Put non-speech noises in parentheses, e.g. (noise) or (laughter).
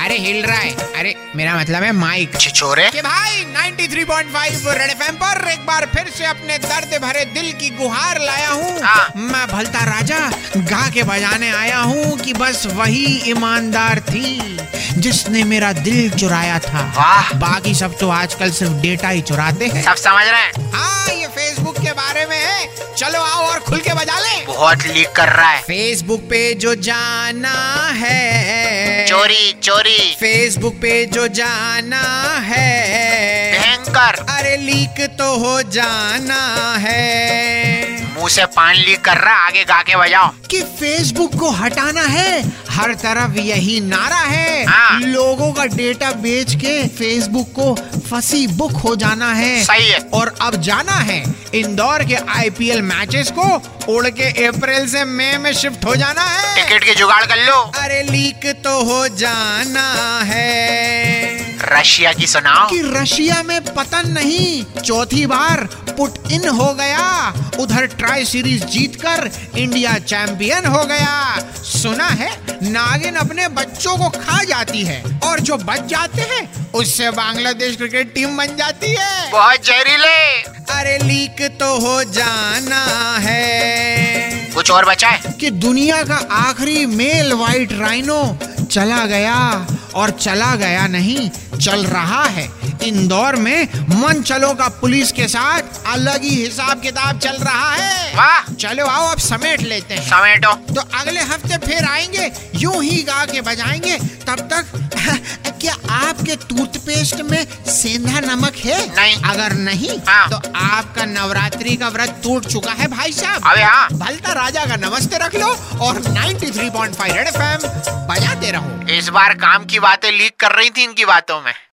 अरे हिल रहा है अरे मेरा मतलब है माइक छिछोरे कि भाई 93.5 रेड एफएम पर एक बार फिर से अपने दर्द भरे दिल की गुहार लाया हाँ। हूँ मैं भलता राजा गा के बजाने आया हूँ कि बस वही ईमानदार थी जिसने मेरा दिल चुराया था वाह बाकी सब तो आजकल सिर्फ डेटा ही चुराते हैं सब समझ रहे हैं हाँ ये फेसबुक के बारे में है चलो आओ और खुल के बजा ले बहुत लीक कर रहा है फेसबुक पे जो जाना है चोरी चोरी फेसबुक पे जो जाना है भयंकर अरे लीक तो हो जाना है मुंह से पानी लीक कर रहा है आगे गा के बजाओ कि फेसबुक को हटाना है हर तरफ यही नारा है हाँ। लोगों का डेटा बेच के फेसबुक को फसी बुक हो जाना है सही है और अब जाना है इंदौर के आईपीएल मैचेस को उड़ के अप्रैल से मई में शिफ्ट हो जाना है टिकट की जुगाड़ कर लो अरे लीक तो हो जाना है रशिया की सुनाओ कि रशिया में पतन नहीं चौथी बार पुट इन हो गया उधर ट्राई सीरीज जीतकर इंडिया चैंपियन हो गया सुना है नागिन अपने बच्चों को खा जाती है और जो बच जाते हैं उससे बांग्लादेश क्रिकेट टीम बन जाती है बहुत जहरीले अरे लीक तो हो जाना है कुछ और बचा है कि दुनिया का आखिरी मेल वाइट राइनो चला गया और चला गया नहीं चल रहा है इंदौर में मन चलो का पुलिस के साथ अलग ही हिसाब किताब चल रहा है वाह चलो आओ अब समेट लेते हैं समेटो तो अगले हफ्ते फिर आएंगे यूं ही गा के बजाएंगे तब तक (laughs) क्या आपके टूथपेस्ट में सेंधा नमक है नहीं। अगर नहीं हाँ। तो आपका नवरात्रि का व्रत टूट चुका है भाई साहब अबे हाँ भलता राजा का नमस्ते रख लो और 93.5 रेड एफएम बजाते रहो इस बार काम की बातें लीक कर रही थी इनकी बातों में